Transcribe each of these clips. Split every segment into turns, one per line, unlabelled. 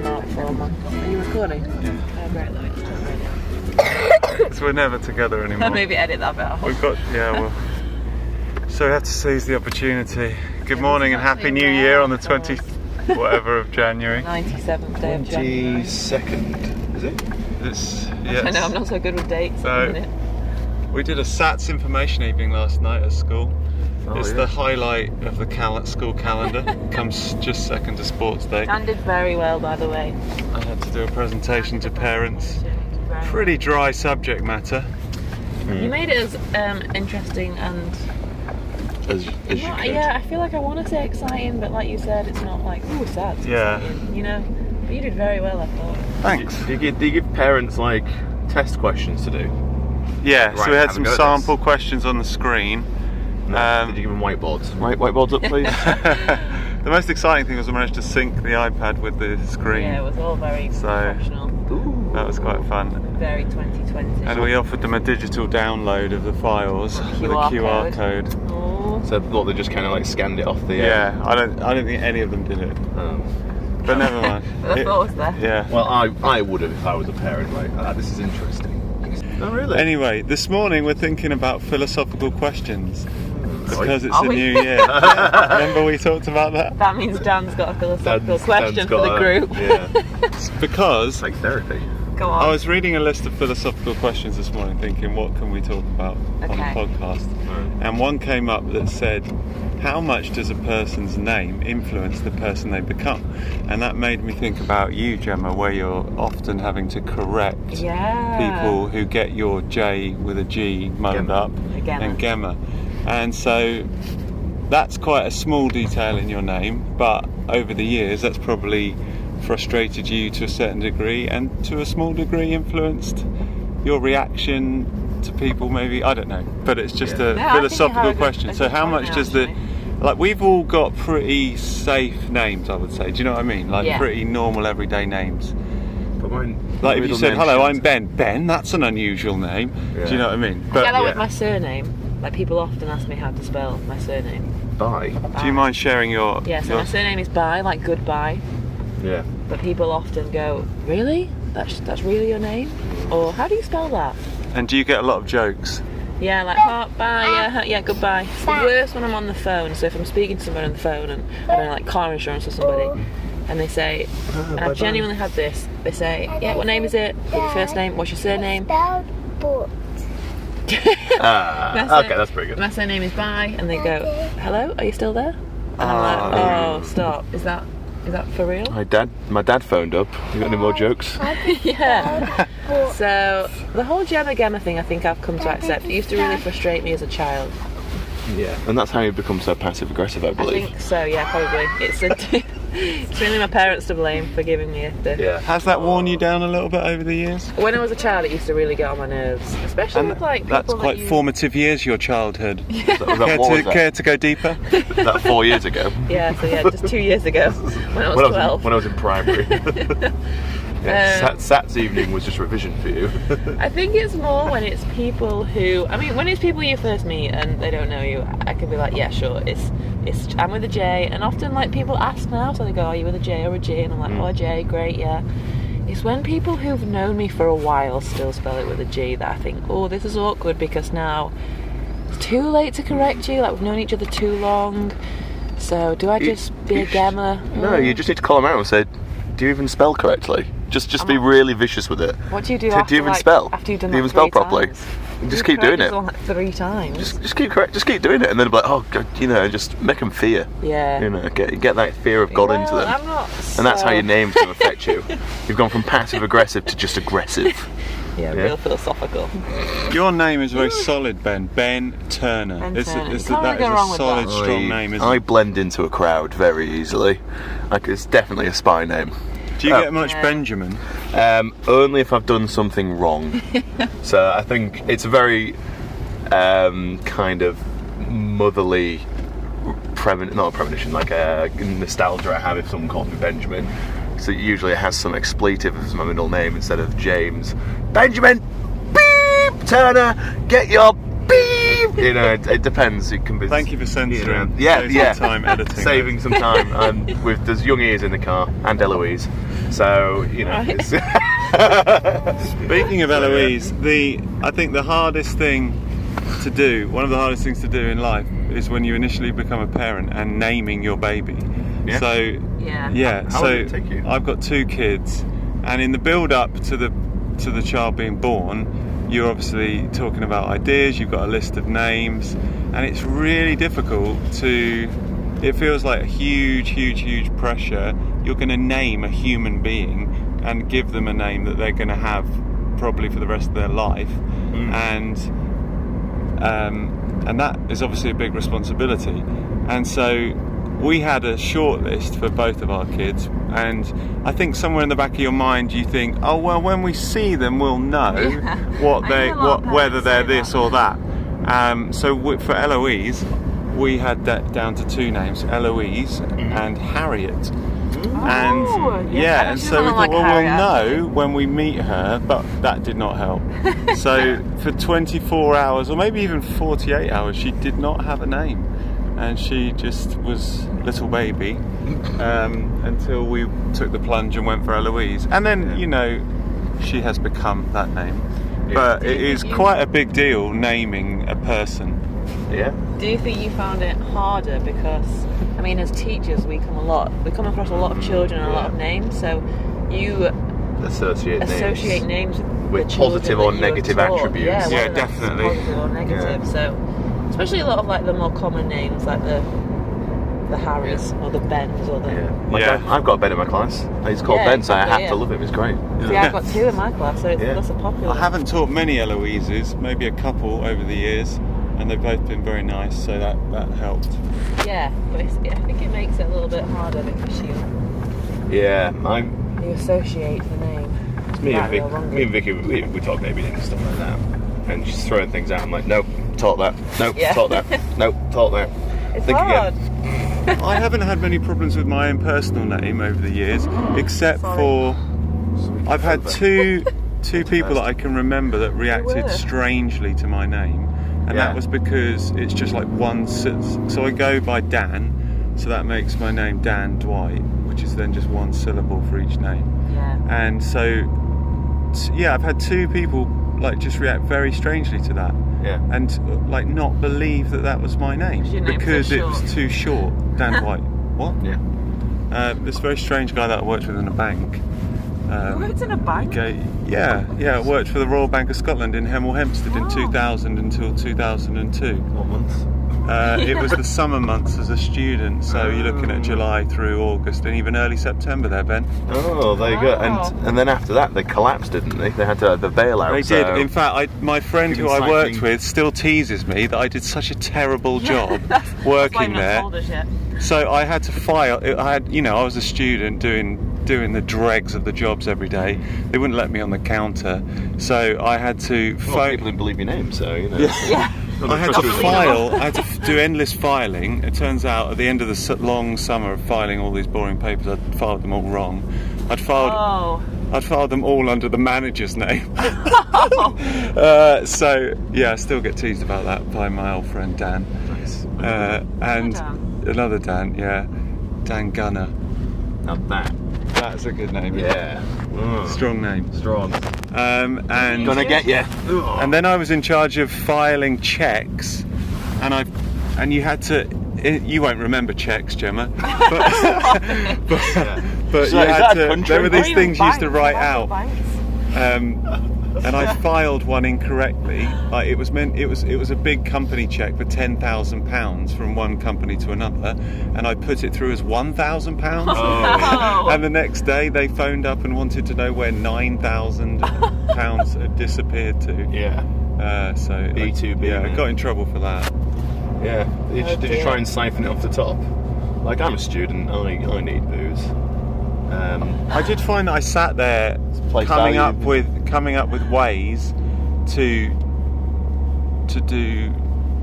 month ago. Are you recording?
Oh, great, look.
Because we're never together anymore.
Maybe edit that bit out.
We've got, yeah, well. So we have to seize the opportunity. Good morning and Happy New Year on the 20th, whatever of January.
97th day of January.
22nd, is it?
It's,
I know, I'm
yes.
not so good with dates.
So-
at the minute.
We did a SATS information evening last night at school.
Oh,
it's the highlight of the cal- school calendar. Comes just second to sports day.
Dan did very well, by the way.
I had to do a presentation to parents.
She did very well.
Pretty dry subject matter.
You made it as um, interesting and.
As, as you
Not-
could.
yeah, I feel like I want to say exciting, but like you said, it's not like, ooh, sad. it's
Yeah.
exciting," You know? But you did very well, I thought.
Thanks.
Do you, give, do you give parents like test questions to do?
Yeah, so
Right,
we had
have a
some
go at this.
sample questions on the screen. Um,
Did you give them whiteboards? White whiteboards up, please.
the most exciting thing was I managed to sync the iPad with the screen.
Yeah, it was all very
So-
professional.
Ooh.
that was quite fun.
Very 2020.
And we offered them a digital download of the files with a
QR
QR
code.
code.
Oh.
So what they just kind of like scanned it off the. uh,
Yeah, I don't I don't think any of them did it.
um,
But never mind.
But I
It-
thought it was there.
yeah.
well, I I would have if I was a parent. Like, ah, this is interesting. Oh really?
Anyway, this morning we're thinking about philosophical questions because it's
Are
a
we?
new year. Remember we talked about that?
That means Dan's got a philosophical
Dan's-
question
Dan's
for the
got a-
group.
Yeah,
It's because
it's like therapy.
Go on.
I was reading a list of philosophical questions this morning, thinking, what can we talk about on the
Okay.
podcast?
Alright.
And one came up that said, how much does a person's name influence the person they become? And that made me think about you, Gemma, where you're often having to correct
yeah.
people who get your J with a G muddled
Gemma.
up
Gemma.
and Gemma. And so that's quite a small detail in your name, but over the years, that's probably frustrated you to a certain degree and to a small degree influenced your reaction to people, maybe. I don't know. But it's just a
Yeah.
No, I think you have
philosophical
a good-
question.
a
so,
good
how
point
much
there,
does the.
actually.
Like, we've all got pretty safe names, I would say. Do you know what I mean? Like,
Yeah.
pretty normal everyday names.
But mine,
Like if you
middle
said,
name
"Hello,
should-
I'm Ben." Ben, that's an unusual name. Do
Yeah.
you know what I mean?
I get that with
yeah.
my surname. Like people often ask me how to spell my surname.
Bye.
do you mind sharing your?
Yeah, so
your-
my surname is Bye, like goodbye.
Yeah.
But people often go, really? That's that's really your name? Or how do you spell that?
and do you get a lot of jokes?
Yeah, like oh, bye, yeah, huh, yeah, goodbye. It's the worst when I'm on the phone. So if I'm speaking to someone on the phone and I don't know, like car insurance or somebody, and they say, and I've genuinely had this. They say, yeah, what name is it? What's your first name? What's your surname?
Spelled book.
Ah,
That's
okay,
it.
that's pretty good.
My surname is Bye, and they go, hello, are you still there? And I'm
Ah.
like, oh, stop. Is that is that for real?
My dad, my dad phoned up. You got any more jokes?
yeah. So the whole Gemma Gemma thing, I think I've come to accept. It used to really frustrate me as a child.
Yeah. And that's how you become so passive aggressive, I
I
believe.
think so. Yeah, probably. It's a, it's really my parents to blame for giving me the.
Yeah.
Has that worn you down a little bit over the years?
When I was a child, it used to really get on my nerves, especially with like people
that's quite
that you,
formative years. Your childhood.
Was that, was that,
care,
what
to,
was that?
care to go deeper?
that four years ago.
Yeah, so yeah, just two years ago when I was
when, I was in,
twelve.
when I was in primary. yeah,
Um, Mm.
Sat, Sat's evening was just revision for you.
I think it's more when it's people who I mean when it's people you first meet and they don't know you I can be like yeah sure it's it's I'm with a J and often like people ask now so they go are you with a J or a G and I'm like
Mm.
oh a J great yeah it's when people who've known me for a while still spell it with a G that I think oh this is awkward because now it's too late to correct you like we've known each other too long so do I
You-
just be
you
a
sh-
Gemma
No, you just need to call him out and say, "Do you even spell correctly?" Just, just be really vicious with it.
what do you do
Do,
after
do you even
like,
spell?
after you've done
do you even
that
spell
three
properly?
times?
Just
You
keep doing
correct
it.
yourself, like three times
Just, just keep correct. Just keep doing it, and then be like, "Oh, God, you know," just make them fear.
yeah
You know, get get that fear of God into
Well,
them.
I'm not
and that's how
so-
your name's going to affect you. You've gone from passive aggressive to just aggressive.
Yeah,
Yeah.
real philosophical.
Your name is very solid, Ben. Ben Turner.
Ben
It's a-
Turner.
it's a-
You can't
that
go
is
wrong
a
with
solid,
that.
strong
I,
name. Isn't
I
it?
blend into a crowd very easily. Like it's definitely a spy name.
Do you
Oh.
get much
Yeah.
Benjamin?
Um, only if I've done something wrong. so I think it's a very um, kind of motherly premon- not a premonition, like a nostalgia I have if someone calls me Benjamin. So usually it has some expletive as my middle name instead of James. Benjamin! Beep! Turner! Get your beep! you know, it, it depends. It can be.
Thank you for censoring.
Yeah,
Saves
yeah.
Time editing.
saving some time. And with there's young ears in the car and Eloise, so you know.
Right.
it's-
Speaking of Eloise, the I think the hardest thing to do, one of the hardest things to do in life, is when you initially become a parent and naming your baby.
Yeah.
So
Yeah.
yeah,
How
so
long did it take you?
I've got two kids, and in the build up to the to the child being born, you're obviously talking about ideas. You've got a list of names, and it's really difficult to. It feels like a huge, huge, huge pressure. You're going to name a human being and give them a name that they're going to have probably for the rest of their life,
Mm.
and um, and that is obviously a big responsibility. And so we had a short list for both of our kids, and I think somewhere in the back of your mind you think, oh well, when we see them, we'll know
Yeah.
what
I
they,
know a lot
what
of
whether
parents
they're
say
this
that.
or that. Um, so w- for Eloise, we had that down to two names, Eloise
Mm-hmm.
and Harriet. And
Oh,
yeah,
yeah,
and
she
so we
doesn't
thought,
like
well,
Harriet,
we'll know when we meet her, but that did not help. so for 24 hours, or maybe even 48 hours, she did not have a name, and she just was little baby um, until we took the plunge and went for Eloise, and then you know she has become that name. But it is quite a big deal naming a person.
yeah.
Do you think you found it harder because, I mean, as teachers, we come a lot, we come across a lot of children and a lot of
Yeah.
names. So you
Associate names.
associate names,
With
the children
positive
that
or
you were
negative
taught.
attributes.
Yeah,
Yeah,
whether that's
definitely.
Positive or negative.
Yeah.
So, especially a lot of like the more common names, like the the Harrys or the Bens or the.
Yeah. My
Yeah.
dad- I've got Ben in my class. He's called
Yeah,
Ben, so I have
exactly,
to
yeah.
love him. He's great.
See, I've got two in my class, so it's,
Yeah.
that's a popular.
I haven't taught many Eloises, maybe a couple over the years, and they've both been very nice, so that, that helped.
Yeah, but it's, I think it makes it a little bit harder because you
Yeah, I'm.
you associate the name.
It's me and
Right,
Vic,
well, one
me and Vicky, we, we talk baby names and stuff like that, and she's throwing things out. I'm like, nope, talk that, nope,
Yeah.
talk that, nope, talk that.
It's
Think
hard.
again.
I haven't had many problems with my own personal name over the years, except
Sorry.
for I've had
Over.
two two people that I can remember that
were?
reacted strangely to my name, and
Yeah.
that was because it's just like one. sy- So I go by Dan, so that makes my name Dan Dwight, which is then just one syllable for each name
Yeah.
and so t- yeah i've had two people like just react very strangely to that
Yeah.
and uh, like not believe that that was my name
Because your name's
because
so
it
short.
was too short dan white what
Yeah.
uh, this very strange guy that i worked with in a bank
You
um,
worked in a bank.
okay yeah yeah i worked for the royal bank of scotland in hemel hempstead
Oh.
in 2000 until 2002
What month?
uh, it was the summer months as a student so you're looking at
Oh.
july through august and even early september there ben
Oh, there you go.
Wow.
And and then after that, they collapsed, didn't they? They had to have the bailout.
They
so-
did. In fact, I, my friend who I
Recycling.
worked with still teases me that I did such a terrible job working there. So I had to file. I had, you know, I was a student doing doing the dregs of the jobs every day. They wouldn't let me on the counter, so I had to
Well,
phone.
people didn't believe your name, so you know.
Yeah.
I had to
Trust me.
file. I had to f- do endless filing. It turns out at the end of the s- long summer of filing all these boring papers, I'd filed them all wrong. I'd filed.
Oh.
I'd filed them all under the manager's name. uh, so yeah, I still get teased about that by my old friend Dan,
Nice.
uh, and
Dan.
another Dan, yeah, Dan Gunner.
Now that.
That's a good name. isn't it?
Yeah. Mm.
strong name.
Strong.
Um, and
Gonna get you.
and then I was in charge of filing checks, and I and you had to. It, you won't remember checks, Gemma. But, but, but
So
you
is
had
that a
to.
country?
There were
Or
these things you used to write out.
Banks.
um, and I filed one incorrectly. Like it was meant, it was it was a big company check for ten thousand pounds from one company to another, and I put it through as one thousand pounds.
Oh.
Um,
And the next day, they phoned up and wanted to know where nine thousand pounds had disappeared to.
Yeah.
Uh, so
B2B,
yeah, I
man.
got in trouble for that.
Yeah. Did,
Oh,
you, did you
dear.
try and siphon it off the top? Like I'm a student. I I need booze. Um,
I did find that I sat there
place
coming
value.
up with coming up with ways to to do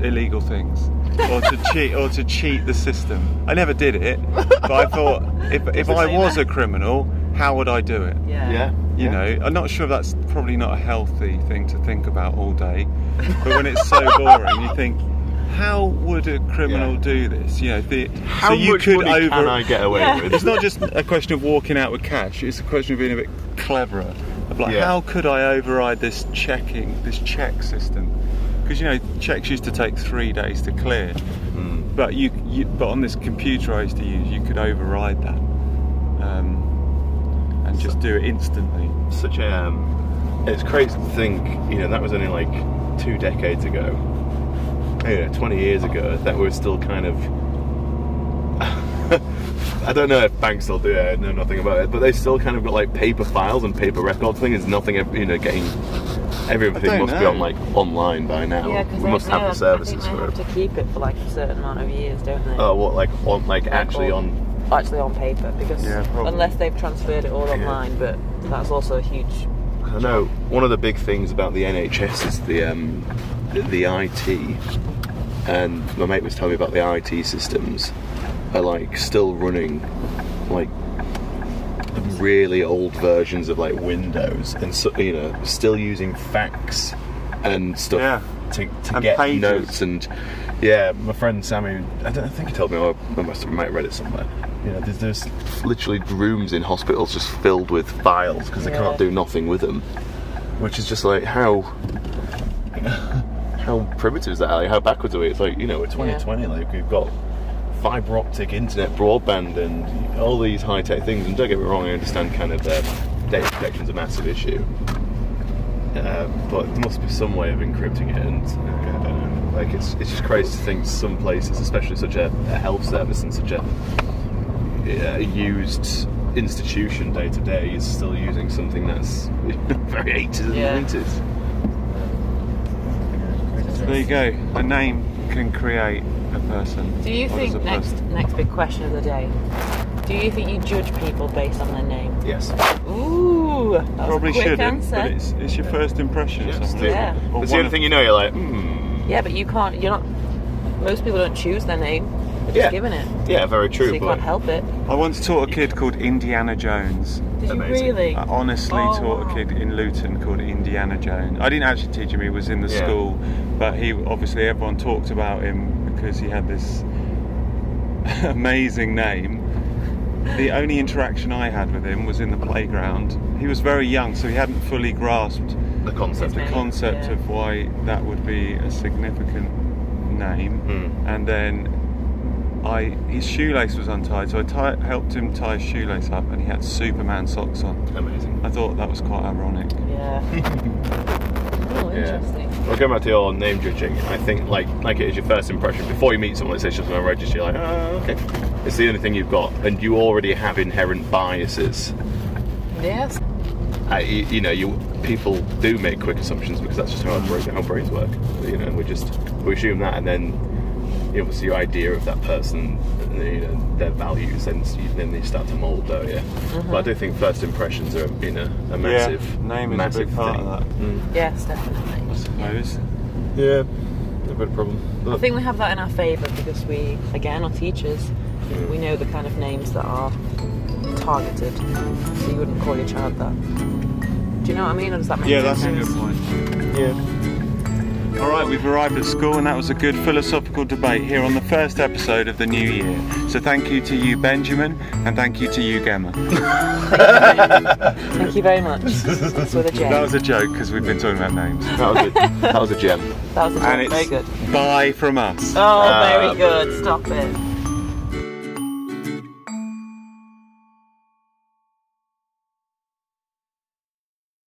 illegal things or to cheat or to cheat the system. I never did it, but I thought if if
a
I was
nightmare.
a criminal, how would I do it?
Yeah.
Yeah.
You know, I'm not sure if that's probably not a healthy thing to think about all day, but when it's so boring, you think, how would a criminal
Yeah.
do this? You know, the,
How
so you
much
could
money
over.
can I get away
Yeah.
with?
it's not just a question of walking out with cash. It's a question of being a bit cleverer. Of like,
Yeah.
how could I override this checking, this check system? Because you know, checks used to take three days to clear, but you, you, but on this computer I used to use, you could override that um, and just do it instantly.
such a. Um, it's crazy to think, you know, that was only like two decades ago. You know, 20 years ago, that we were still kind of. I don't know if banks still do it, I know nothing about it, but they still kind of got like paper files and paper records thing. There's nothing, you know, getting.
I
Everything
don't
must be on
know.
like online by now.
Yeah,
we
because
must have the services
they
for
have
it.
to keep it for like a certain amount of years, don't they?
Oh, what, like on, like
Like,
actually
all-
on.
actually on paper because
Yeah, probably.
unless they've transferred it all online, but that's also a huge.
I know one of the big things about the NHS is the um, the, the IT, and my mate was telling me about the IT systems are like still running like really old versions of like Windows, and so, you know still using fax and stuff
Yeah.
to, to
And
get
pages.
notes and yeah. My friend Sammy, I, don't, I think he told me, or I must have, might have read it somewhere. You know, there's, there's literally rooms in hospitals just filled with files because they
Yeah.
can't do nothing with them which is just like how how primitive is that? Like, how backwards are we? It's like you know, we're 2020. Like we've got fiber optic internet, broadband, and all these high tech things. And don't get me wrong, I understand kind of um, data protection is a massive issue, uh, but there must be some way of encrypting it. And uh, I don't know, like it's it's just crazy to think some places, especially such a, a health service and such a uh, used institution day to day is still using something that's very 80s and
Yeah.
90s.
There you go. A name can create a person.
Do you
Or does
think
a
next
person-
next big question of the day? Do you think you judge people based on their name?
Yes.
Ooh, that was a
Probably
quick
shouldn't,
answer.
but it's, it's your first impression
Yeah,
of someone.
still.
Yeah.
Or
That's
one
the only
of-
thing you know, you're like, hmm.
Yeah, but you can't. You're not. Most people don't choose their name. They're just
Yeah.
given it,
Yeah, very true.
so you
but
can't help it.
I once taught a kid called Indiana Jones.
Did
Amazing.
you really?
I honestly
Oh,
taught
wow.
a kid in Luton called Indiana Jones. I didn't actually teach him; he was in the
Yeah.
school, but he obviously everyone talked about him because he had this amazing name. The only interaction I had with him was in the playground. He was very young, so he hadn't fully grasped
The concept.
the
Name,
concept
yeah.
of why that would be a significant name.
Hmm.
And then I his shoelace was untied, so I ti helped him tie his shoelace up, and he had Superman socks on.
Hmm, Amazing.
I thought that was quite ironic.
Yeah. oh,
Yeah.
interesting.
Well, going back to your name judging, I think like like it is your first impression before you meet someone. It's just on a register. You're like, oh, okay. It's the only thing you've got, and you already have inherent biases.
Yes.
I, you, you know, you people do make quick assumptions because that's just how our, brain, how brains work. You know, we just we assume that, and then you know, obviously your idea of that person, you know, their values, then you, then they start to mould, don't you? But
Uh-huh.
I do think first impressions are you know a massive,
name is a
massive
big part
thing.
of that.
Yes, definitely.
I suppose.
Yeah, a bit of a problem.
I think we have that in our favour because we, again, are teachers. We know the kind of names that are targeted, so you wouldn't call your child that. Do you know what I mean? Or does that make
Yeah,
sense?
that's a good point. All right, we've arrived at school, and that was a good philosophical debate here on the first episode of the new year. So thank you to you, Benjamin, and thank you to you, Gemma.
Thank you very much. That's with a J.
That was a joke because we've been talking about names.
That was a, that was a gem.
That was a J.
And
Very
it's
good.
bye from us.
Oh, very good. Stop it.